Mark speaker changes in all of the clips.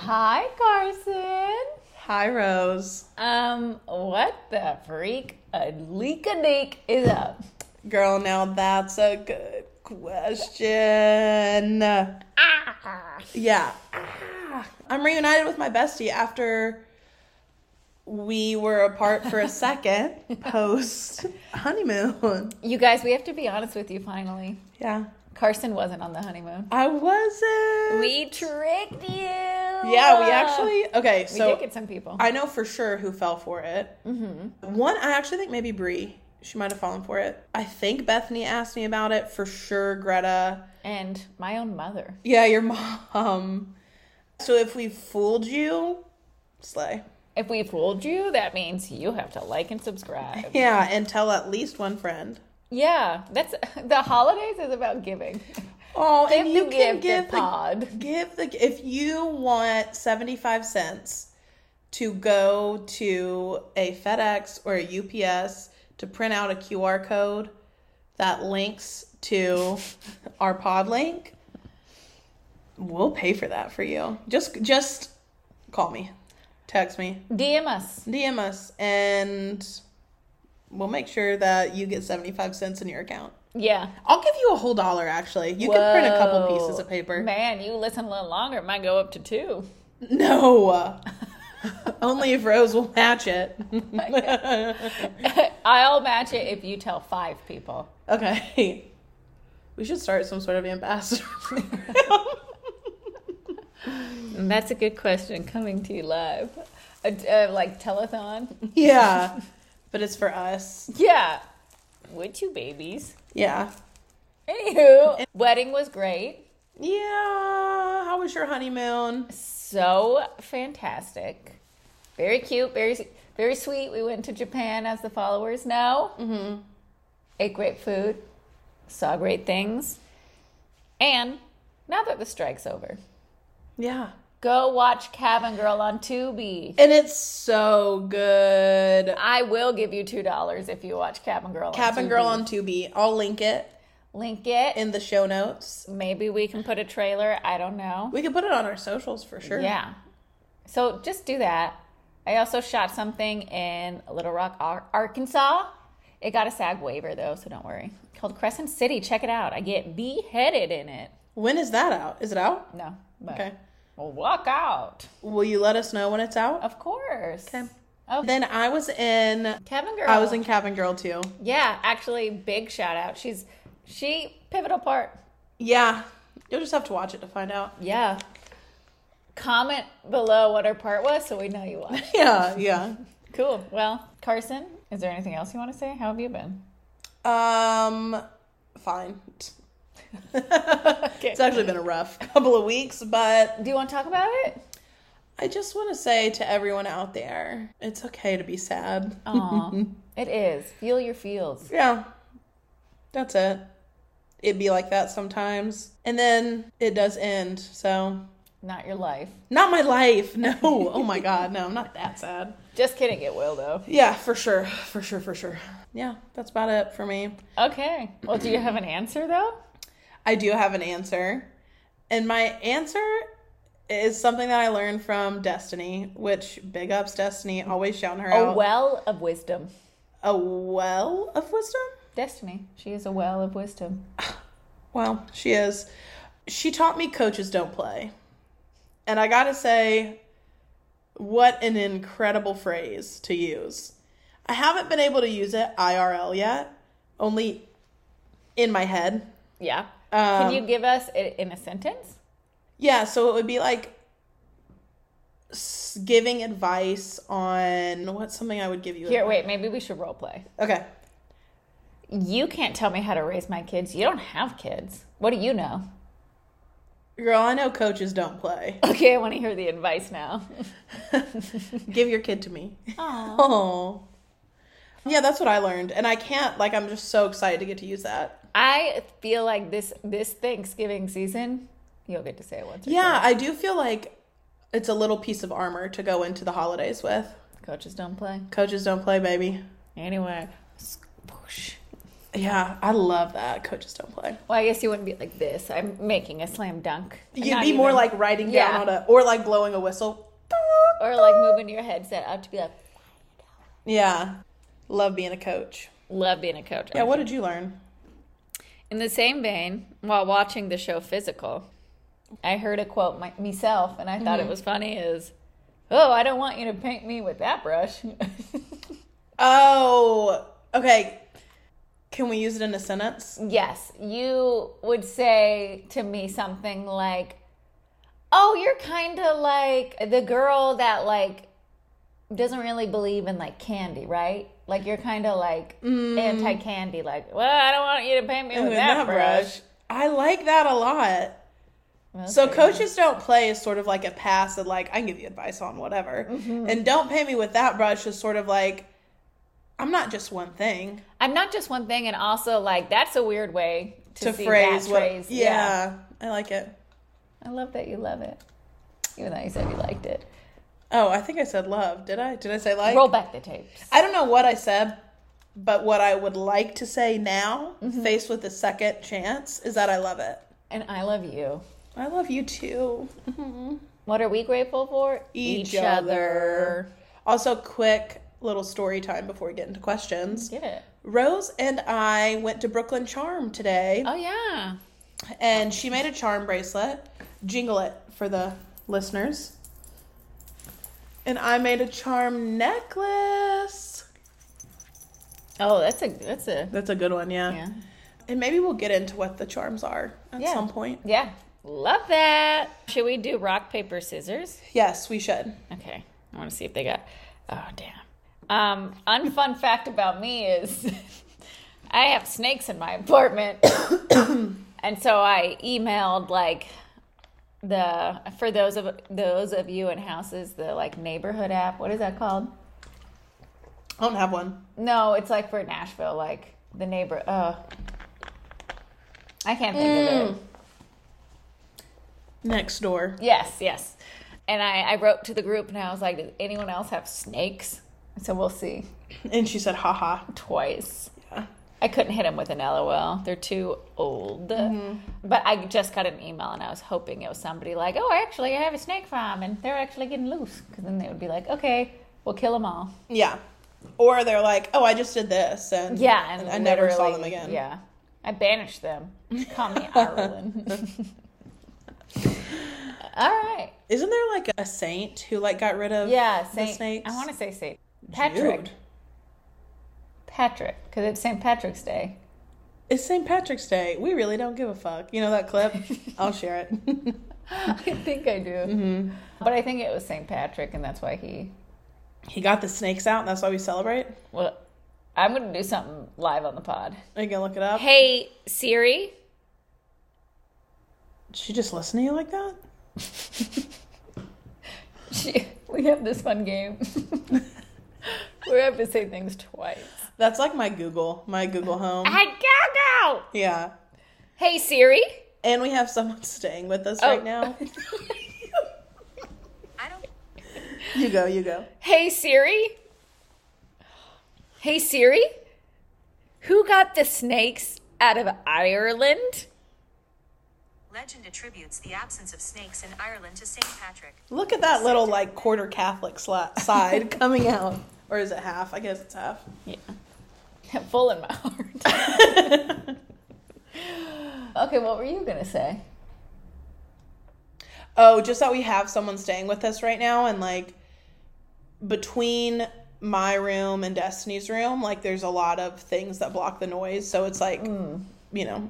Speaker 1: Hi, Carson.
Speaker 2: Hi, Rose.
Speaker 1: Um, what the freak? A leak a dink is up.
Speaker 2: Girl, now that's a good question. Yeah. I'm reunited with my bestie after we were apart for a second post honeymoon.
Speaker 1: You guys, we have to be honest with you finally.
Speaker 2: Yeah.
Speaker 1: Carson wasn't on the honeymoon.
Speaker 2: I wasn't.
Speaker 1: We tricked you.
Speaker 2: yeah, we actually. Okay,
Speaker 1: We
Speaker 2: so
Speaker 1: did get some people.
Speaker 2: I know for sure who fell for it.
Speaker 1: Mm-hmm.
Speaker 2: One, I actually think maybe Brie. She might have fallen for it. I think Bethany asked me about it for sure. Greta.
Speaker 1: and my own mother.
Speaker 2: Yeah, your mom. So if we fooled you, slay.
Speaker 1: If we fooled you, that means you have to like and subscribe.
Speaker 2: Yeah, and tell at least one friend.
Speaker 1: Yeah, that's the holidays is about giving.
Speaker 2: Oh,
Speaker 1: Give
Speaker 2: and you
Speaker 1: the
Speaker 2: can
Speaker 1: gift
Speaker 2: give
Speaker 1: the
Speaker 2: the
Speaker 1: pod.
Speaker 2: give the if you want 75 cents to go to a FedEx or a UPS to print out a QR code that links to our pod link, we'll pay for that for you. Just just call me. Text me.
Speaker 1: DM us.
Speaker 2: DM us and we'll make sure that you get 75 cents in your account.
Speaker 1: Yeah.
Speaker 2: I'll give you a whole dollar actually. You can print a couple
Speaker 1: Whoa.
Speaker 2: pieces of paper.
Speaker 1: Man, you listen a little longer, it might go up to two.
Speaker 2: No. Only if Rose will match it.
Speaker 1: I'll match it if you tell five people.
Speaker 2: okay. We should start some sort of ambassador program.
Speaker 1: And that's a good question coming to you live. A, uh, like telethon?
Speaker 2: yeah. But it's for us.
Speaker 1: Yeah. Would you, babies?
Speaker 2: Yeah.
Speaker 1: Anywho, wedding was great.
Speaker 2: Yeah. How was your honeymoon?
Speaker 1: So fantastic. Very cute, very, very sweet. We went to Japan, as the followers know. Mm-hmm. Ate great food, saw great things. And now that the strike's over,
Speaker 2: Yeah.
Speaker 1: go watch Cabin Girl on Tubi.
Speaker 2: And it's so good.
Speaker 1: I will give you two dollars if you watch Cabin Girl.
Speaker 2: Cabin
Speaker 1: on
Speaker 2: Girl
Speaker 1: Tubi.
Speaker 2: on Tubi. I'll link it
Speaker 1: Link it.
Speaker 2: in the show notes.
Speaker 1: Maybe we can put a trailer. I don't know.
Speaker 2: We could put it on our socials for sure.
Speaker 1: Yeah. So just do that. I also shot something in Little Rock, Ar- Arkansas. It got a SAG waiver though, so don't worry. Called Crescent City. Check it out. I get beheaded in it.
Speaker 2: When is that out? Is it out?
Speaker 1: No. But
Speaker 2: Okay.
Speaker 1: We'll walk out.
Speaker 2: Will you let us know when it's out?
Speaker 1: Of course.
Speaker 2: Okay.
Speaker 1: Oh,
Speaker 2: Then I was in
Speaker 1: Cabin Girl.
Speaker 2: I was in Cabin Girl too.
Speaker 1: Yeah, actually, big shout out. She's she pivotal part.
Speaker 2: Yeah. You'll just have to watch it to find out.
Speaker 1: Yeah. Comment below what her part was so we know you watched.
Speaker 2: Yeah, yeah.
Speaker 1: cool. Well, Carson, is there anything else you want to say? How have you been?
Speaker 2: Um fine.
Speaker 1: Okay.
Speaker 2: It's actually been a rough couple of weeks, but
Speaker 1: Do you want to talk about it?
Speaker 2: I just want to say to everyone out there, it's okay to be sad.
Speaker 1: Aw. it is. Feel your feels.
Speaker 2: Yeah. That's it. It'd be like that sometimes. And then it does end, so
Speaker 1: Not your life.
Speaker 2: Not my life. No. Oh my God. No, I'm not that sad.
Speaker 1: Just kidding, it will though.
Speaker 2: Yeah, for sure. For sure. For sure. Yeah, that's about it for me.
Speaker 1: Okay. Well, do you have an answer though?
Speaker 2: I do have an answer. And my answer is something that I learned from Destiny, which big ups Destiny, always shouting her
Speaker 1: A
Speaker 2: out.
Speaker 1: well of wisdom.
Speaker 2: A well of wisdom?
Speaker 1: Destiny. She is a well of wisdom.
Speaker 2: Well, she is. She taught me coaches don't play. And I gotta say, what an incredible phrase to use. I haven't been able to use it IRL yet, only in my head.
Speaker 1: Yeah.
Speaker 2: Um,
Speaker 1: Can you give us it in a sentence?
Speaker 2: Yeah, so it would be like s- giving advice on what's something I would give you.
Speaker 1: Here, wait, maybe we should role play.
Speaker 2: Okay.
Speaker 1: You can't tell me how to raise my kids. You don't have kids. What do you know?
Speaker 2: Girl, I know coaches don't play.
Speaker 1: Okay, I want to hear the advice now.
Speaker 2: Give your kid to me.
Speaker 1: Aw.
Speaker 2: Oh. Yeah, that's what I learned. And I can't, like, I'm just so excited to get to use that.
Speaker 1: I feel like this this Thanksgiving season, you'll get to say it once. Or
Speaker 2: Yeah, I do feel like it's a little piece of armor to go into the holidays with.
Speaker 1: twice. coaches don't play
Speaker 2: Coaches don't play, baby.
Speaker 1: anyway. Squish.
Speaker 2: Yeah, I love that. Coaches don't play.
Speaker 1: Well, I guess you wouldn't be like this. I'm making a slam dunk.
Speaker 2: You'd
Speaker 1: Not
Speaker 2: be more
Speaker 1: even-
Speaker 2: like writing
Speaker 1: Yeah.
Speaker 2: down on a or like blowing a whistle.
Speaker 1: or like moving your headset up to be like,
Speaker 2: Yeah. Love being a coach.
Speaker 1: love being a coach.
Speaker 2: Yeah, what did you learn?
Speaker 1: In the same vein, while watching the show Physical, I heard a quote my, myself, and I thought
Speaker 2: Mm-hmm.
Speaker 1: it was funny. Is oh, I don't want you to paint me with that brush.
Speaker 2: Oh, okay. Can we use it in a sentence?
Speaker 1: yes, you would say to me something like, "Oh, you're kind of like the girl that like doesn't really believe in like candy, right? Like you're kind of like anti-candy. Like, well, I don't want you to paint me with
Speaker 2: With
Speaker 1: that, brush.
Speaker 2: I like that a lot. So coaches don't play is sort of like a pass and like I can give you advice on whatever.
Speaker 1: Mm-hmm.
Speaker 2: And don't pay me with that brush is sort of like I'm not just one thing
Speaker 1: I'm not just one thing, and also like that's a weird way to,
Speaker 2: to
Speaker 1: see
Speaker 2: phrase
Speaker 1: that
Speaker 2: what
Speaker 1: phrase.
Speaker 2: yeah, I like it.
Speaker 1: I love that you love it, even though you said you liked it.
Speaker 2: Oh, I think I said love. Did I? Did I say like?
Speaker 1: Roll back the tapes.
Speaker 2: I don't know what I said, but what I would like to say now,
Speaker 1: Mm-hmm.
Speaker 2: faced with a second chance, is that I love it.
Speaker 1: And I love you.
Speaker 2: I love you too.
Speaker 1: What are we grateful for?
Speaker 2: Also, quick little story time before we get into questions.
Speaker 1: Get it?
Speaker 2: Rose and I went to Brooklyn Charm today,
Speaker 1: Oh yeah.
Speaker 2: and she made a charm bracelet. Jingle it for the listeners. And I made a charm necklace.
Speaker 1: Oh, that's a that's a
Speaker 2: That's a good one,
Speaker 1: yeah
Speaker 2: And maybe we'll get into what the charms are at
Speaker 1: Yeah.
Speaker 2: some point.
Speaker 1: yeah. Love that. Should we do rock paper scissors?
Speaker 2: Yes, we should.
Speaker 1: Okay, I want to see if they got. Oh damn. Um, unfun fact about me is, I have snakes in my apartment, and so I emailed like the for those of those of you in houses the like neighborhood app. What is that called?
Speaker 2: I don't have one.
Speaker 1: No, it's like for Nashville, like the neighbor. Uh, I can't think of it.
Speaker 2: Next door.
Speaker 1: Yes, yes. And I, I wrote to the group and I was like, "Does anyone else have snakes?" So we'll see.
Speaker 2: And she said, haha.
Speaker 1: Twice.
Speaker 2: Yeah.
Speaker 1: I couldn't hit him with an LOL. They're too old.
Speaker 2: Mm-hmm.
Speaker 1: But I just got an email and I was hoping it was somebody like, oh, actually, I have a snake farm and they're actually getting loose. Because then they would be like, okay, we'll kill them all.
Speaker 2: Yeah. Or they're like, oh, I just did this. And,
Speaker 1: Yeah. And,
Speaker 2: and I never saw
Speaker 1: literally-
Speaker 2: them again.
Speaker 1: Yeah. I banished them. Call me Ireland. all right.
Speaker 2: Isn't there like a saint who like got rid of
Speaker 1: Yeah. Saint,
Speaker 2: snakes?
Speaker 1: I want to say Saint Patrick.
Speaker 2: Jude.
Speaker 1: Patrick. Because it's St. Patrick's Day.
Speaker 2: It's St. Patrick's Day. We really don't give a fuck. You know that clip? I'll share it.
Speaker 1: I think I do. Mm-hmm. But I think it was St. Patrick and that's why he
Speaker 2: he got the snakes out and that's why we celebrate.
Speaker 1: Well, I'm going to do something live on the pod.
Speaker 2: Are you going to look it up?
Speaker 1: Hey, Siri.
Speaker 2: Did she just listen to you like that?
Speaker 1: She, we have this fun game. we have to say things twice.
Speaker 2: That's like my Google, my Google Home.
Speaker 1: Hey, go, go.
Speaker 2: yeah.
Speaker 1: Hey, Siri.
Speaker 2: And we have someone staying with us
Speaker 1: Oh.
Speaker 2: right now. You go, you go.
Speaker 1: Hey, Siri. Hey, Siri. Who got the snakes out of Ireland?
Speaker 3: Legend attributes the absence of snakes in Ireland to St. Patrick.
Speaker 2: Look at that little like quarter Catholic sli- side coming out. Or is it half? I guess it's half.
Speaker 1: Yeah. Full in my heart. okay, what were you going to say?
Speaker 2: Oh, just that we have someone staying with us right now and like between my room and Destiny's room, like there's a lot of things that block the noise. So it's like, you know,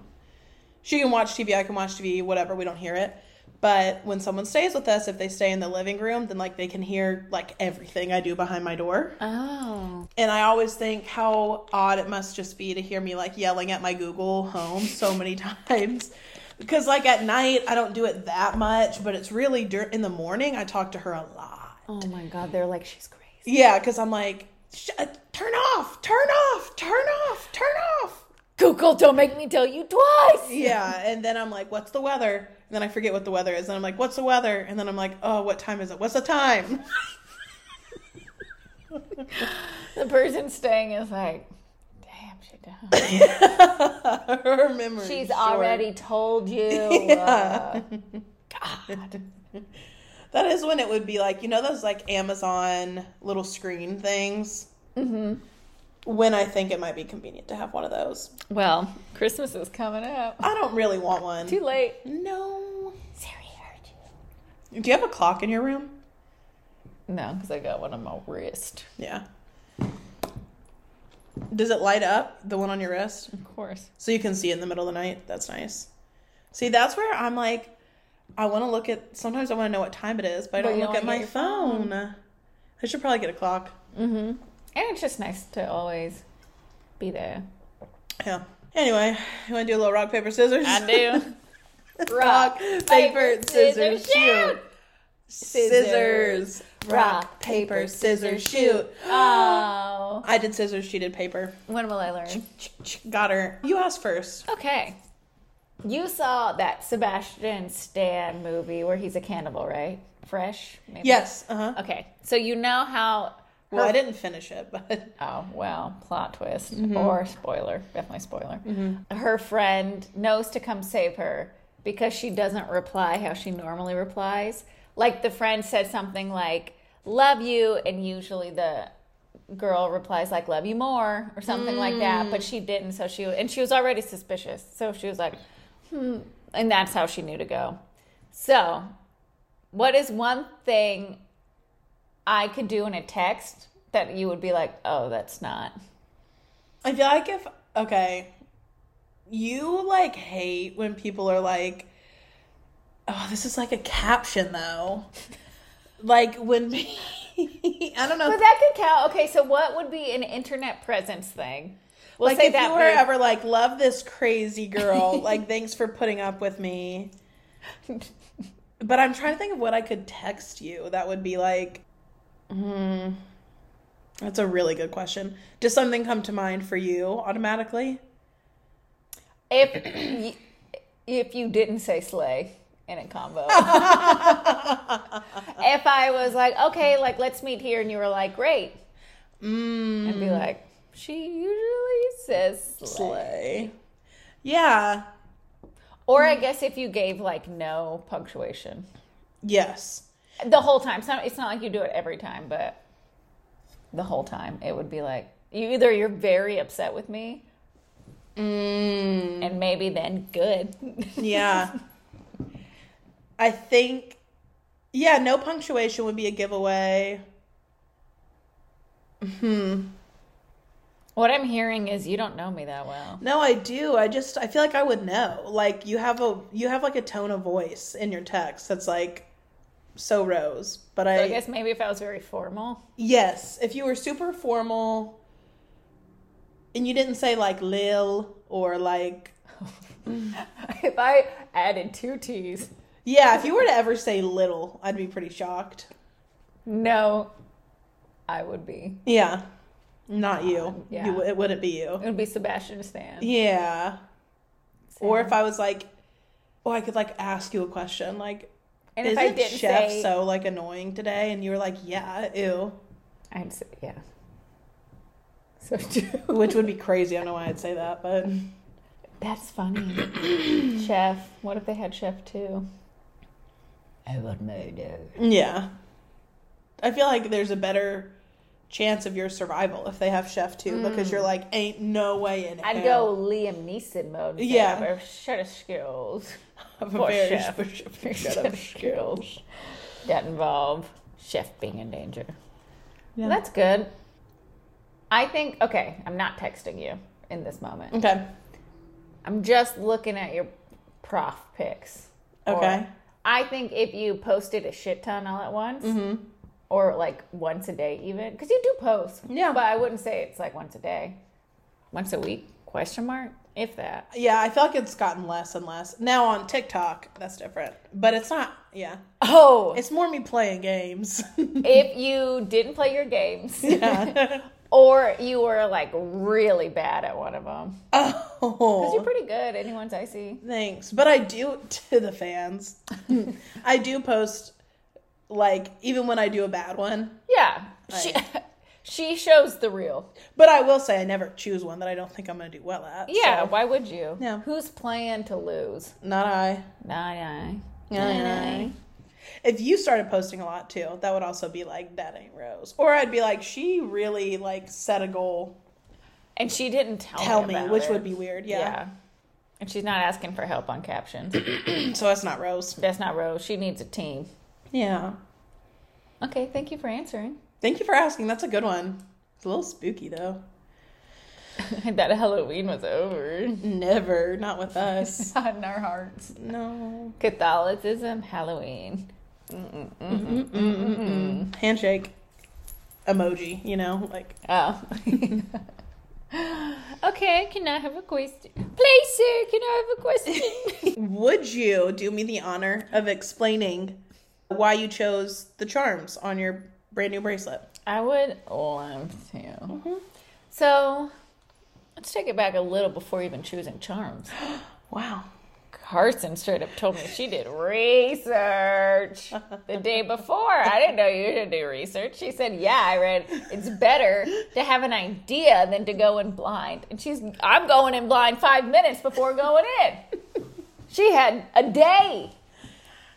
Speaker 2: she can watch TV, I can watch TV, whatever, we don't hear it. But when someone stays with us, if they stay in the living room, then like they can hear like everything I do behind my door.
Speaker 1: Oh.
Speaker 2: And I always think how odd it must just be to hear me like yelling at my Google Home so many times. Because like at night, I don't do it that much, but it's really dur- in the morning, I talk to her a lot.
Speaker 1: Oh my God, they're like, she's crazy.
Speaker 2: Yeah, because I'm like, Sh- uh, turn off, turn off, turn off, turn off.
Speaker 1: Google, don't make me tell you twice.
Speaker 2: Yeah, and then I'm like, what's the weather? And then I forget what the weather is. And I'm like, what's the weather? And then I'm like, oh, what time is it? What's the time?
Speaker 1: The person staying is like, damn, she she does.
Speaker 2: Her memory.
Speaker 1: She's
Speaker 2: short.
Speaker 1: already told you. uh, God.
Speaker 2: That is when it would be like, you know, those like Amazon little screen things. Mm-hmm. When I think it might be convenient to have one of those.
Speaker 1: Well, Christmas is coming up.
Speaker 2: I don't really want one.
Speaker 1: Too late.
Speaker 2: No.
Speaker 1: Siri heard you.
Speaker 2: Do you have a clock in your room?
Speaker 1: No, because I got one on my wrist.
Speaker 2: Yeah. Does it light up, the one on your wrist?
Speaker 1: Of course.
Speaker 2: So you can see it in the middle of the night. That's nice. See, that's where I'm like, I want to look at, sometimes I want to know what time it is, but I
Speaker 1: But
Speaker 2: don't
Speaker 1: you
Speaker 2: look
Speaker 1: don't
Speaker 2: at my
Speaker 1: get your
Speaker 2: phone. I should probably get a clock.
Speaker 1: And it's just nice to always be there.
Speaker 2: Yeah. Anyway, you want to do a little rock, paper, scissors?
Speaker 1: do.
Speaker 2: rock, paper, scissors, shoot.
Speaker 1: Scissors.
Speaker 2: Scissors. Rock, paper, scissors, shoot.
Speaker 1: Oh.
Speaker 2: I did scissors, she did paper.
Speaker 1: When will I learn?
Speaker 2: Got her. You asked first.
Speaker 1: Okay. You saw that Sebastian Stan movie where he's a cannibal, right? Fresh? Maybe?
Speaker 2: Yes. Uh huh.
Speaker 1: Okay. So you know how.
Speaker 2: Well, I didn't finish it, but
Speaker 1: Oh, well, plot twist or spoiler. Definitely spoiler. Her friend knows to come save her because she doesn't reply how she normally replies. Like the friend said something like, love you. And usually the girl replies like love you more or something like that but she didn't so she and she was already suspicious so she was like hmm and that's how she knew to go so what is one thing i could do in a text that you would be like oh that's not
Speaker 2: I feel like if, okay, you like hate when people are like, oh, this is like a caption though. like when me, I don't know.
Speaker 1: but that could count okay so what would be an internet presence thing we'll
Speaker 2: like
Speaker 1: say
Speaker 2: if
Speaker 1: that
Speaker 2: you were
Speaker 1: for-
Speaker 2: ever like, love this crazy girl, like thanks for putting up with me. But I'm trying to think of what I could text you that would be like, hmm, that's a really good question. Does something come to mind for you automatically?
Speaker 1: if if you didn't say slay in a combo if i was like okay like let's meet here and you were like great mm. and be like she usually says slay.
Speaker 2: Slay. Yeah.
Speaker 1: or i guess if you gave like no punctuation
Speaker 2: Yes.
Speaker 1: the whole time so it's not like you do it every time but the whole time it would be like you either you're very upset with me
Speaker 2: Mm.
Speaker 1: and maybe then good
Speaker 2: Yeah. I think, yeah, no punctuation would be a giveaway.
Speaker 1: what i'm hearing is you don't know me that well
Speaker 2: No, I do. I just I feel like I would know. Like you have a you have like a tone of voice in your text that's like so rose. But I,
Speaker 1: I guess maybe if I was very formal.
Speaker 2: yes, if you were super formal and you didn't say like lil or like
Speaker 1: If I added two T's,
Speaker 2: yeah, if you were to ever say little, I'd be pretty shocked.
Speaker 1: no, I would be.
Speaker 2: Yeah. Not you.
Speaker 1: yeah.
Speaker 2: You it wouldn't be you.
Speaker 1: It would be Sebastian Stan.
Speaker 2: Yeah. Or if I was like oh, I could like ask you a question like
Speaker 1: and
Speaker 2: Isn't
Speaker 1: if I didn't
Speaker 2: chef
Speaker 1: say,
Speaker 2: so like annoying today? And you were like, yeah, ew,
Speaker 1: I'd say yeah. So true.
Speaker 2: which would be crazy. I don't know why I'd say that, but
Speaker 1: That's funny. chef. What if they had Chef too? I would murder.
Speaker 2: yeah, I feel like there's a better chance of your survival if they have chef too, because you're like, ain't no way in
Speaker 1: Hmm. I'd
Speaker 2: hell.
Speaker 1: go Liam Neeson mode.
Speaker 2: Yeah.
Speaker 1: Yeah. Shut up, skills.
Speaker 2: Have a
Speaker 1: for
Speaker 2: very
Speaker 1: chef.
Speaker 2: specific set of skills.
Speaker 1: that involve chef being in danger.
Speaker 2: Yeah.
Speaker 1: That's good. I think okay, I'm not texting you in this moment.
Speaker 2: Okay,
Speaker 1: I'm just looking at your prof pics. Or-
Speaker 2: Okay.
Speaker 1: I think if you posted a shit ton all at once,
Speaker 2: Mm-hmm.
Speaker 1: or like once a day even, because you do post.
Speaker 2: Yeah.
Speaker 1: But I wouldn't say it's like once a day. Once a week? Question mark? If that.
Speaker 2: yeah, I feel like it's gotten less and less now on TikTok. That's different, but it's not. Yeah,
Speaker 1: Oh.
Speaker 2: it's more me playing games.
Speaker 1: if you didn't play your games,
Speaker 2: Yeah.
Speaker 1: or you were like really bad at one of them.
Speaker 2: oh,
Speaker 1: Because you're pretty good, anyone's I see.
Speaker 2: Thanks. But I do to the fans. I do post like even when I do a bad one.
Speaker 1: Yeah. She, She shows the real.
Speaker 2: But I will say I never choose one that I don't think I'm going to do well at.
Speaker 1: Yeah,
Speaker 2: so-
Speaker 1: why would you?
Speaker 2: No.
Speaker 1: Who's playing to lose?
Speaker 2: Not I.
Speaker 1: Nah, nah.
Speaker 2: If you started posting a lot too, that would also be like that ain't Rose. Or I'd be like she really like set a goal.
Speaker 1: And she didn't tell,
Speaker 2: Tell me,
Speaker 1: about
Speaker 2: which
Speaker 1: it.
Speaker 2: would be weird.
Speaker 1: yeah.
Speaker 2: Yeah.
Speaker 1: And she's not asking for help on captions.
Speaker 2: So that's not Rose.
Speaker 1: That's not Rose. She needs a team.
Speaker 2: Yeah.
Speaker 1: Okay, thank you for answering.
Speaker 2: Thank you for asking. That's a good one. It's a little spooky though.
Speaker 1: I thought Halloween was over.
Speaker 2: Never, not with us.
Speaker 1: Not in our hearts.
Speaker 2: no.
Speaker 1: Catholicism, Halloween.
Speaker 2: Handshake emoji, you know, like
Speaker 1: Oh. okay, can I have a question? Please, sir, can I have a question?
Speaker 2: Would you do me the honor of explaining why you chose the charms on your brand new bracelet?
Speaker 1: I would love to. Mm-hmm. So, let's take it back a little before even choosing charms.
Speaker 2: Wow.
Speaker 1: Carson straight up told me she did research the day before. I didn't know you should do research. She said, "Yeah, I read. It's better to have an idea than to go in blind." And she's, "I'm going in blind five minutes before going in." She had a day.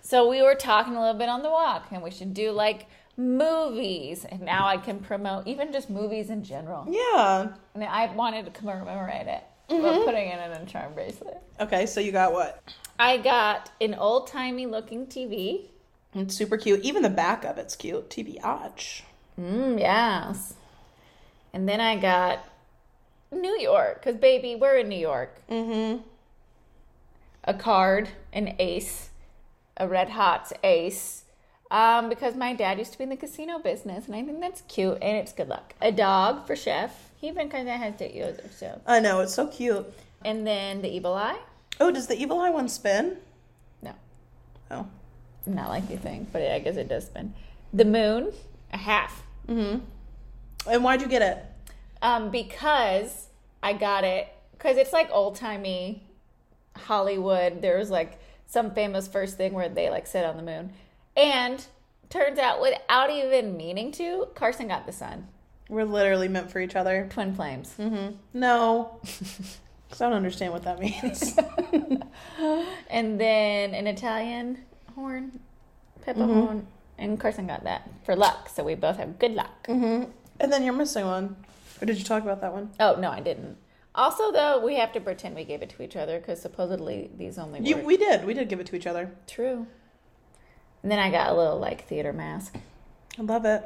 Speaker 1: So we were talking a little bit on the walk, and we should do like movies. And now I can promote even just movies in general.
Speaker 2: Yeah.
Speaker 1: And I wanted to commemorate it, but putting it in a charm bracelet.
Speaker 2: Okay, so you got what?
Speaker 1: I got an old timey looking TV.
Speaker 2: It's super cute. Even the back of it's cute. TBH.
Speaker 1: Mm, yes. And then I got New York, because baby, we're in New York. Mm-hmm. A card, an ace, a red hot ace. Um, because my dad used to be in the casino business, and I think that's cute and it's good luck. A dog for chef. He even kind of has to use it, so.
Speaker 2: I know, it's so cute.
Speaker 1: And then the evil eye.
Speaker 2: Oh, does the evil eye one spin?
Speaker 1: No,
Speaker 2: Oh.
Speaker 1: not like you think, but I guess it does spin. The moon, a half.
Speaker 2: And why'd you get it?
Speaker 1: Um, because I got it because it's like old timey Hollywood. There was like some famous first thing where they like sit on the moon, and turns out without even meaning to, Carson got the sun,
Speaker 2: We're literally meant for each other.
Speaker 1: twin flames.
Speaker 2: No. Because I don't understand what that means.
Speaker 1: And then an Italian horn, pepper horn, and Carson got that for luck. So we both have good luck.
Speaker 2: and then you're missing one. Or did you talk about that one?
Speaker 1: Oh no, I didn't. Also, though, we have to pretend we gave it to each other because supposedly these only
Speaker 2: You,
Speaker 1: work.
Speaker 2: we did. We did give it to each other.
Speaker 1: True. And then I got a little like theater mask.
Speaker 2: I love it.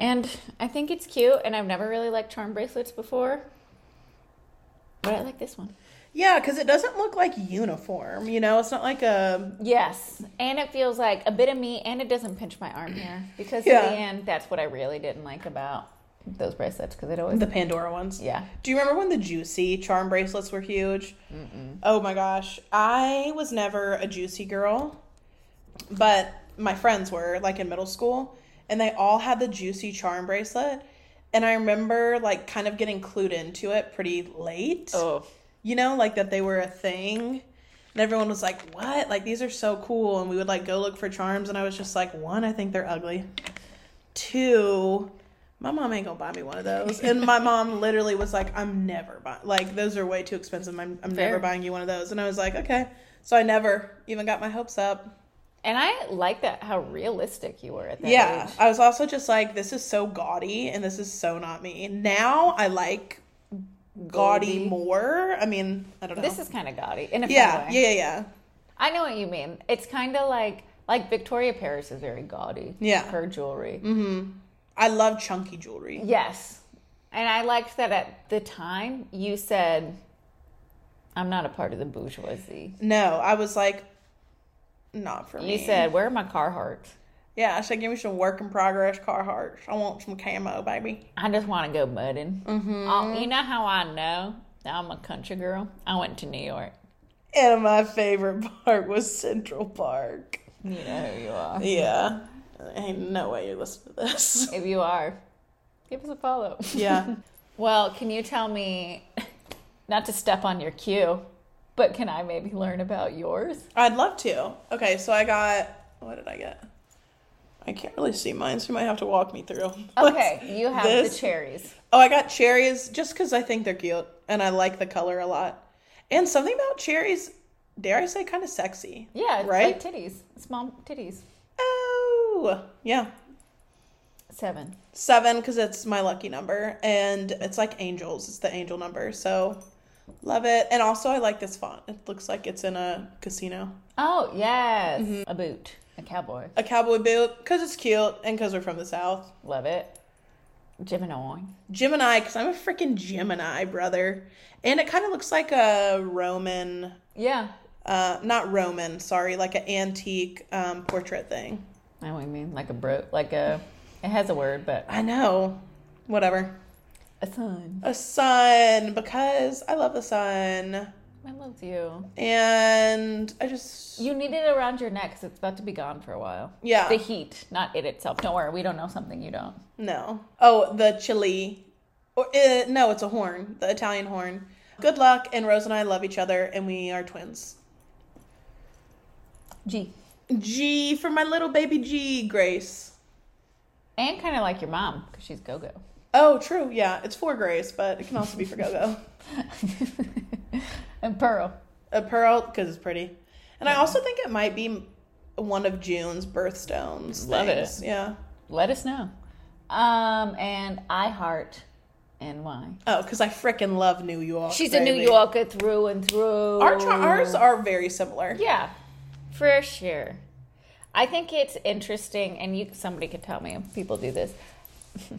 Speaker 1: And I think it's cute, and I've never really liked charm bracelets before. But I like this one.
Speaker 2: Yeah, because it doesn't look like uniform. You know, it's not like um, a.
Speaker 1: Yes. And it feels like a bit of me, and it doesn't pinch my arm here. Because in
Speaker 2: Yeah.
Speaker 1: the end, that's what I really didn't like about those bracelets, because it always.
Speaker 2: The Pandora ones.
Speaker 1: yeah.
Speaker 2: Do you remember when the juicy charm bracelets were huge? Oh my gosh. I was never a juicy girl, but my friends were, like in middle school, and they all had the juicy charm bracelet. And I remember, like, kind of getting clued into it pretty late.
Speaker 1: Oh.
Speaker 2: You know, like that they were a thing. And everyone was like, what? Like, these are so cool. And we would, like, go look for charms. And I was just like, one, I think they're ugly. Two, my mom ain't gonna buy me one of those. And my mom literally was like, I'm never buying, like, those are way too expensive. I'm, I'm
Speaker 1: Fair.
Speaker 2: never buying you one of those. And I was like, okay. So I never even got my hopes up.
Speaker 1: And I like that how realistic you were at that
Speaker 2: Yeah.
Speaker 1: age.
Speaker 2: I was also just like, this is so gaudy and this is so not me. Now I like gaudy
Speaker 1: Gaudy.
Speaker 2: more. I mean, I don't know.
Speaker 1: This is kind of gaudy in a fun
Speaker 2: yeah,
Speaker 1: way.
Speaker 2: yeah, yeah, yeah.
Speaker 1: I know what you mean. It's kind of like like Victoria Paris is very gaudy.
Speaker 2: Yeah.
Speaker 1: her jewelry.
Speaker 2: I love chunky jewelry.
Speaker 1: Yes, and I liked that at the time you said, "I'm not a part of the bourgeoisie."
Speaker 2: No, I was like, not for me.
Speaker 1: You said, "Where are my Carhartts?
Speaker 2: yeah, I said, give me some work in progress Carhartts. I want some camo, baby.
Speaker 1: I just want to go mudding." Mm-hmm. you know how I know that I'm a country girl? I went to New York.
Speaker 2: And my favorite part was Central Park.
Speaker 1: You know who you are.
Speaker 2: Yeah. Ain't no way you listen to this.
Speaker 1: If you are, give us a follow.
Speaker 2: Yeah.
Speaker 1: Well, can you tell me, not to step on your cue, but can I maybe learn about yours?
Speaker 2: I'd love to. Okay, so I got what did I get? I can't really see mine, so you might have to walk me through.
Speaker 1: Okay, you have
Speaker 2: This-
Speaker 1: the cherries.
Speaker 2: Oh, I got cherries just because I think they're cute and I like the color a lot. And something about cherries, dare I say, kind of sexy.
Speaker 1: Yeah, it's
Speaker 2: Right?
Speaker 1: like titties, small titties.
Speaker 2: Oh, yeah.
Speaker 1: Seven.
Speaker 2: Seven because it's my lucky number and it's like angels. It's the angel number. So love it. And also, I like this font. It looks like it's in a casino.
Speaker 1: Oh yes, a boot, a cowboy.
Speaker 2: A cowboy boot because it's cute and because we're from the South.
Speaker 1: Love it. Gemini.
Speaker 2: Gemini because I'm a freaking Gemini, brother. And it kind of looks like a Roman
Speaker 1: Yeah,
Speaker 2: uh not roman sorry like an antique um portrait thing
Speaker 1: I know what you mean. Like a bro, like a. It has a word, but
Speaker 2: i know whatever
Speaker 1: a sun.
Speaker 2: a sun because i love the sun
Speaker 1: I love you.
Speaker 2: and i just
Speaker 1: You need it around your neck because it's about to be gone for a while.
Speaker 2: Yeah.
Speaker 1: The heat, not it itself. Don't worry, we don't know something you don't.
Speaker 2: no oh the chili or uh, no it's a horn the italian horn good luck and rose and i love each other and we are twins
Speaker 1: G.
Speaker 2: g for my little baby g grace
Speaker 1: And kind of like your mom because she's go go.
Speaker 2: oh true yeah it's for grace but it can also be for go-go
Speaker 1: and Pearl.
Speaker 2: A pearl because it's pretty, and I also think it might be one of June's birthstones.
Speaker 1: Love it.
Speaker 2: things. Yeah.
Speaker 1: Let us know. Um, and I heart NY.
Speaker 2: Oh, because I frickin' love New York.
Speaker 1: She's a
Speaker 2: baby.
Speaker 1: New Yorker through and through.
Speaker 2: Our tr- ours are very similar.
Speaker 1: Yeah, for sure. I think it's interesting, and you somebody could tell me if people do this.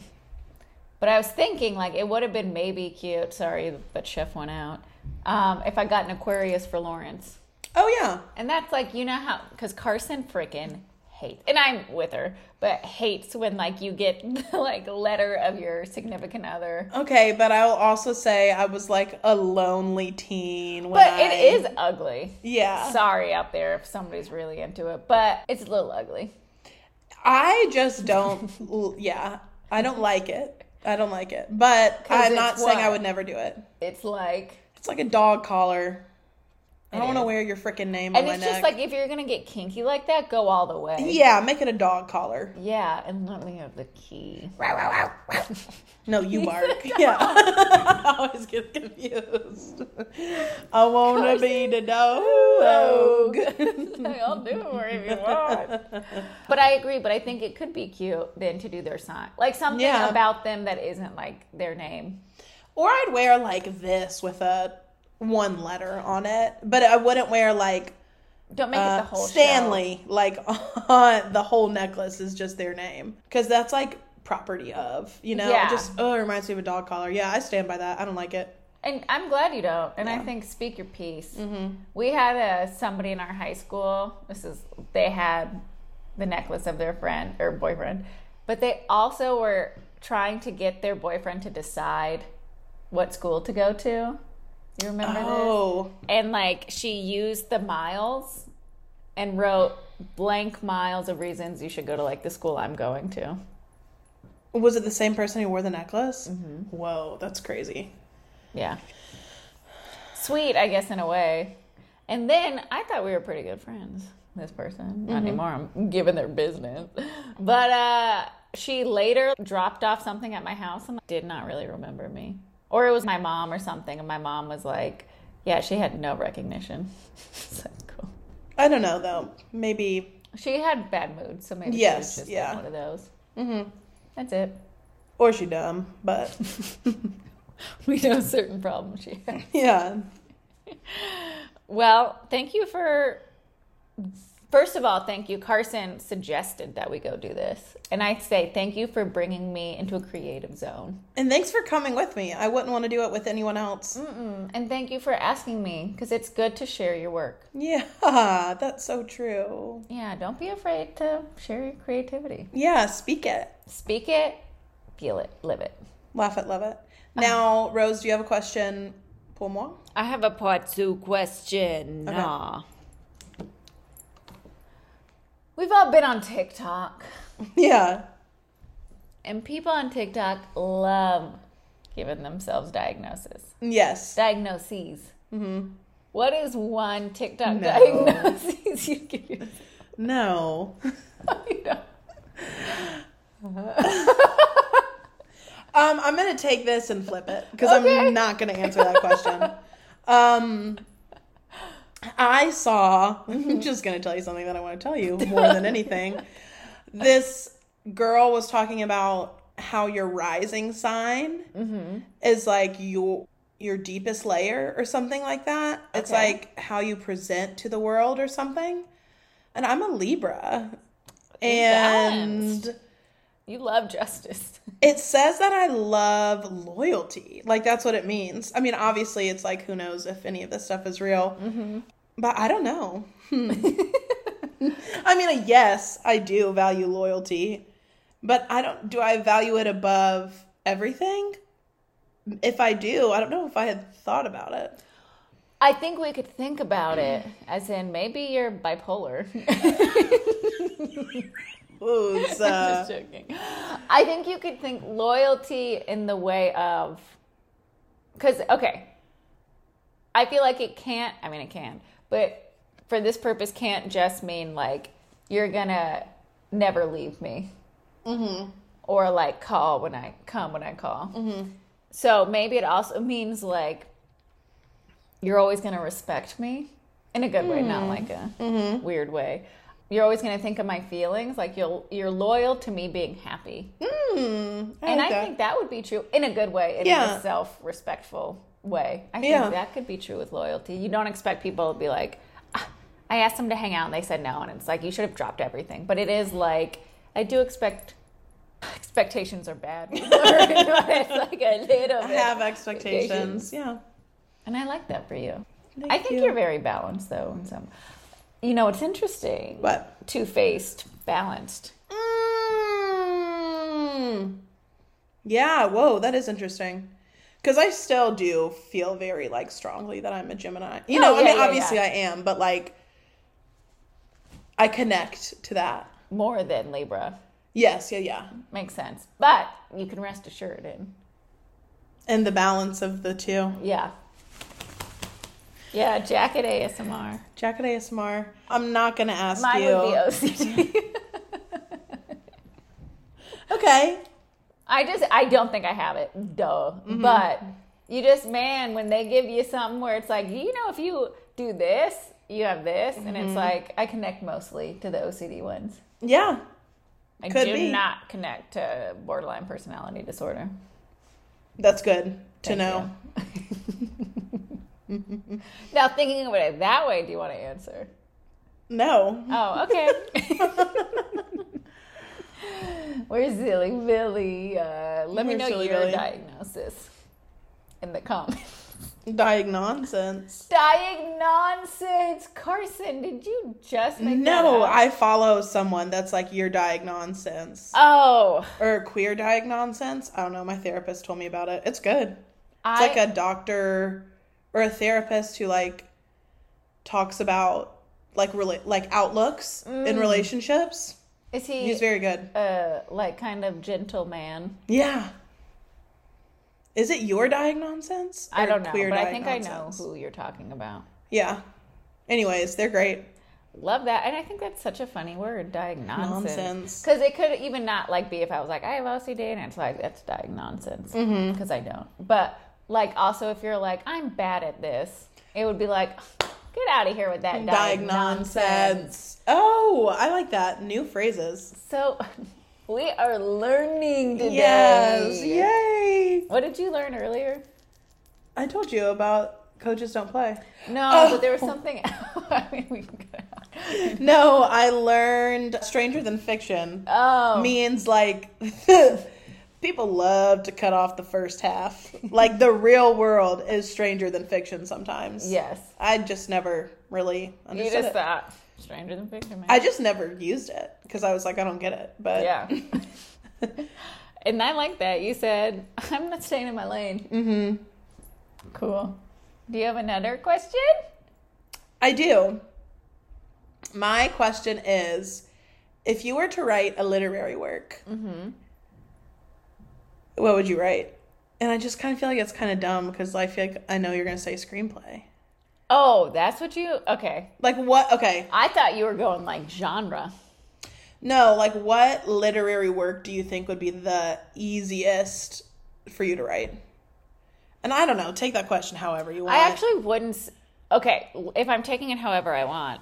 Speaker 1: but I was thinking, like, it would have been maybe cute. Sorry, but Chef went out. Um, if I got an Aquarius for Lawrence,
Speaker 2: Oh yeah.
Speaker 1: and that's like you know how because Carson frickin' hates, and I'm with her, but hates when like you get the, like letter of your significant other.
Speaker 2: Okay, but I will also say I was like a lonely teen. When
Speaker 1: But
Speaker 2: I,
Speaker 1: it is ugly.
Speaker 2: Yeah.
Speaker 1: Sorry out there if somebody's really into it, but it's a little ugly.
Speaker 2: I just don't. l- yeah, I don't like it. I don't like it. But I'm
Speaker 1: it's
Speaker 2: not saying I
Speaker 1: what?
Speaker 2: would never do it.
Speaker 1: It's like
Speaker 2: It's like a dog collar. I
Speaker 1: It
Speaker 2: don't want to
Speaker 1: is.
Speaker 2: wear your frickin' name
Speaker 1: And
Speaker 2: on
Speaker 1: it's
Speaker 2: my
Speaker 1: just
Speaker 2: neck.
Speaker 1: like if you're gonna get kinky like that, go all the way.
Speaker 2: yeah, make it a dog collar.
Speaker 1: Yeah, and let me have the key.
Speaker 2: No, you bark. Yeah. I always get confused. I want to be the
Speaker 1: Oh.
Speaker 2: dog.
Speaker 1: I'll do it for you if you want. But I agree. But I think it could be cute then to do their sign, like something
Speaker 2: Yeah.
Speaker 1: about them that isn't like their name.
Speaker 2: or I'd wear like this with a one letter on it, but I wouldn't wear like
Speaker 1: Don't make it the
Speaker 2: uh,
Speaker 1: whole
Speaker 2: Stanley. Like on the whole necklace is just their name because that's like property of you know.
Speaker 1: Yeah.
Speaker 2: Just oh, it reminds me of a dog collar. Yeah, I stand by that. I don't like it.
Speaker 1: show. And I'm glad you don't. And I think speak your piece. We had a somebody in our high school. This is they had the necklace of their friend or boyfriend, but they also were trying to get their boyfriend to decide what school to go to. You remember this?
Speaker 2: Oh,
Speaker 1: And like she used the miles and wrote blank miles of reasons you should go to like the school I'm going to.
Speaker 2: was it the same person who wore the necklace?
Speaker 1: Mm-hmm.
Speaker 2: Whoa, that's crazy.
Speaker 1: Yeah. Sweet, I guess, in a way. And then I thought we were pretty good friends, this person.
Speaker 2: Mm-hmm.
Speaker 1: Not anymore. I'm giving their business. But uh, she later dropped off something at my house and did not really remember me. Or it was my mom or something. And my mom was like, yeah, she had no recognition. so cool.
Speaker 2: I don't know though. Maybe
Speaker 1: She had bad mood, so maybe she
Speaker 2: Yes,
Speaker 1: was just
Speaker 2: yeah.
Speaker 1: in one of those. Mm-hmm. That's it.
Speaker 2: Or she dumb, but
Speaker 1: We know certain problems she had.
Speaker 2: yeah.
Speaker 1: Well, thank you for. First of all, thank you. Carson suggested that we go do this. And I say thank you for bringing me into a creative zone.
Speaker 2: And thanks for coming with me. I wouldn't want to do it with anyone else.
Speaker 1: Mm. And thank you for asking me because it's good to share your work.
Speaker 2: Yeah, that's so true.
Speaker 1: Yeah, don't be afraid to share your creativity.
Speaker 2: Yeah, speak it.
Speaker 1: Speak it, feel it, live it.
Speaker 2: Laugh it, love it. Now, Rose, do you have a question pour moi?
Speaker 1: I have a part two question.
Speaker 2: Okay.
Speaker 1: We've all been on TikTok.
Speaker 2: Yeah.
Speaker 1: And people on TikTok love giving themselves diagnoses.
Speaker 2: Yes.
Speaker 1: Diagnoses. Mm-hmm. is one TikTok
Speaker 2: No.
Speaker 1: diagnosis you give? yourself?
Speaker 2: No.
Speaker 1: I know.
Speaker 2: Um, I'm gonna take this and flip it because
Speaker 1: Okay.
Speaker 2: I'm not gonna answer that question. um, I saw. I'm just gonna tell you something that I want to tell you more than anything. This girl was talking about how your rising sign
Speaker 1: Mm-hmm.
Speaker 2: is like your your deepest layer or something like that. It's
Speaker 1: Okay.
Speaker 2: like how you present to the world or something. And I'm a Libra,
Speaker 1: balanced.
Speaker 2: and.
Speaker 1: You love justice.
Speaker 2: It says that I love loyalty. Like, that's what it means. I mean, obviously, it's like, who knows if any of this stuff is real. But I don't know. Hmm. I mean, yes, I do value loyalty, but I don't, do I value it above everything? If I do, I don't know if I had thought about it.
Speaker 1: I think we could think about it as in maybe you're bipolar.
Speaker 2: Ooh, it's, uh,
Speaker 1: Just joking. I think you could think loyalty in the way of, because okay, I feel like it can't. I mean, it can, but for this purpose, can't just mean like you're gonna never leave me, or like call when I come when I call.
Speaker 2: Mm-hmm.
Speaker 1: So maybe it also means like you're always gonna respect me in a good way,
Speaker 2: Mm.
Speaker 1: not like a
Speaker 2: Mm-hmm.
Speaker 1: weird way. You're always gonna think of my feelings, like you'll you're loyal to me being happy and
Speaker 2: Mm, like
Speaker 1: I
Speaker 2: that.
Speaker 1: think that would be true in a good way, in
Speaker 2: Yeah.
Speaker 1: a self-respectful way. I think
Speaker 2: Yeah.
Speaker 1: that could be true with loyalty. You don't expect people to be like, "Ah, I asked them to hang out and they said no, and it's like you should have dropped everything. But it is like I do expect expectations are bad. it's like a little
Speaker 2: I
Speaker 1: bit.
Speaker 2: have expectations. Yeah.
Speaker 1: And I like that for you.
Speaker 2: Thank
Speaker 1: I think
Speaker 2: you.
Speaker 1: you. are very balanced though in some you know, it's interesting.
Speaker 2: What?
Speaker 1: Two-faced, balanced.
Speaker 2: Mm. Yeah, whoa, that is interesting. Because I still do feel very like strongly that I'm a Gemini. You
Speaker 1: Oh,
Speaker 2: know, I
Speaker 1: yeah,
Speaker 2: mean,
Speaker 1: yeah,
Speaker 2: obviously
Speaker 1: yeah.
Speaker 2: I am, but like, I connect to that.
Speaker 1: More than Libra.
Speaker 2: Yes, yeah, yeah.
Speaker 1: Makes sense. But you can rest assured in
Speaker 2: And the balance of the two.
Speaker 1: Yeah. Yeah, jacket ASMR.
Speaker 2: Jacket ASMR. I'm not gonna ask
Speaker 1: Mine
Speaker 2: you.
Speaker 1: would be OCD.
Speaker 2: okay.
Speaker 1: I just, I don't think I have it, duh.
Speaker 2: Mm-hmm.
Speaker 1: But you just, man, when they give you something where it's like, you know, if you do this, you have this, and
Speaker 2: Mm-hmm.
Speaker 1: it's like, I connect mostly to the OCD ones.
Speaker 2: Yeah.
Speaker 1: I
Speaker 2: Could
Speaker 1: do
Speaker 2: be.
Speaker 1: not connect to borderline personality disorder.
Speaker 2: That's good to
Speaker 1: Thank
Speaker 2: know.
Speaker 1: you. now, thinking of it that way, do you want to answer?
Speaker 2: No.
Speaker 1: Oh, okay. Where's Silly Billy? Uh, let me
Speaker 2: Where's
Speaker 1: know
Speaker 2: Silly
Speaker 1: your
Speaker 2: Billy?
Speaker 1: diagnosis in the comments.
Speaker 2: Dying nonsense.
Speaker 1: Dying nonsense, Carson. Did you just make
Speaker 2: No,
Speaker 1: that up?
Speaker 2: I follow someone that's like your dying nonsense.
Speaker 1: Oh,
Speaker 2: or queer diag nonsense. I don't know. My therapist told me about it. It's good. It's
Speaker 1: I
Speaker 2: like a doctor or a therapist who like talks about like rela- like outlooks
Speaker 1: Mm.
Speaker 2: in relationships.
Speaker 1: is he
Speaker 2: He's very good.
Speaker 1: uh like kind of gentleman?
Speaker 2: Yeah. Is it your diag nonsense?
Speaker 1: I
Speaker 2: or
Speaker 1: don't know,
Speaker 2: queer
Speaker 1: but I
Speaker 2: diag
Speaker 1: think I know
Speaker 2: nonsense?
Speaker 1: who you're talking about.
Speaker 2: Yeah. Anyways, they're great.
Speaker 1: Love that, and I think that's such a funny word, dying nonsense.
Speaker 2: Nonsense.
Speaker 1: Because it could even not like be if I was like I have OCD, and it's like that's dying nonsense because
Speaker 2: Mm-hmm.
Speaker 1: I don't. But like also if you're like I'm bad at this, it would be like get out of here with that
Speaker 2: Diag
Speaker 1: dying nonsense.
Speaker 2: nonsense. Oh, I like that. New phrases.
Speaker 1: So we are learning today.
Speaker 2: Yes. Yay.
Speaker 1: What did you learn earlier?
Speaker 2: I told you about coaches don't play.
Speaker 1: No, but there was something. I mean, we can go.
Speaker 2: No, I learned Stranger Than Fiction
Speaker 1: Oh,
Speaker 2: means like people love to cut off the first half. Like the real world is stranger than fiction sometimes.
Speaker 1: yes.
Speaker 2: I just never really
Speaker 1: You
Speaker 2: understood
Speaker 1: just
Speaker 2: it.
Speaker 1: thought stranger than fiction, man.
Speaker 2: I just never used it because I was like, I don't get it. But
Speaker 1: Yeah. and I like that. You said, I'm not staying in my lane. Mm hmm. Cool. Do you have another question?
Speaker 2: I do. My question is if you were to write a literary work, what would you write? And I just kind of feel like it's kind of dumb because I feel like I know you're going to say screenplay.
Speaker 1: Oh, that's what you. Okay.
Speaker 2: Like, what? Okay.
Speaker 1: I thought you were going like genre.
Speaker 2: No, like what literary work do you think would be the easiest for you to write? And I don't know. Take that question however you want.
Speaker 1: I actually wouldn't. s- Okay, if I'm taking it however I want,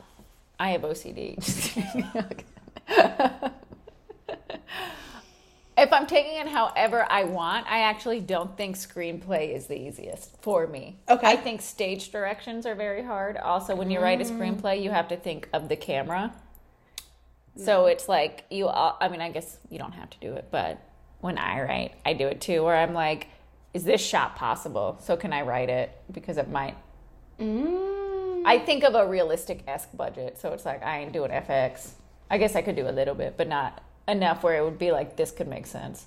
Speaker 1: I have OCD. if I'm taking it however I want, I actually don't think screenplay is the easiest for me.
Speaker 2: Okay.
Speaker 1: I think stage directions are very hard. Also, when you write a screenplay, you have to think of the camera. So it's like you. all- I mean, I guess you don't have to do it, but when I write, I do it too. Where I'm like, is this shot possible? So can I write it because it might. I think of a realistic esque budget, so it's like I ain't doing FX. I guess I could do a little bit, but not enough where it would be like this could make sense.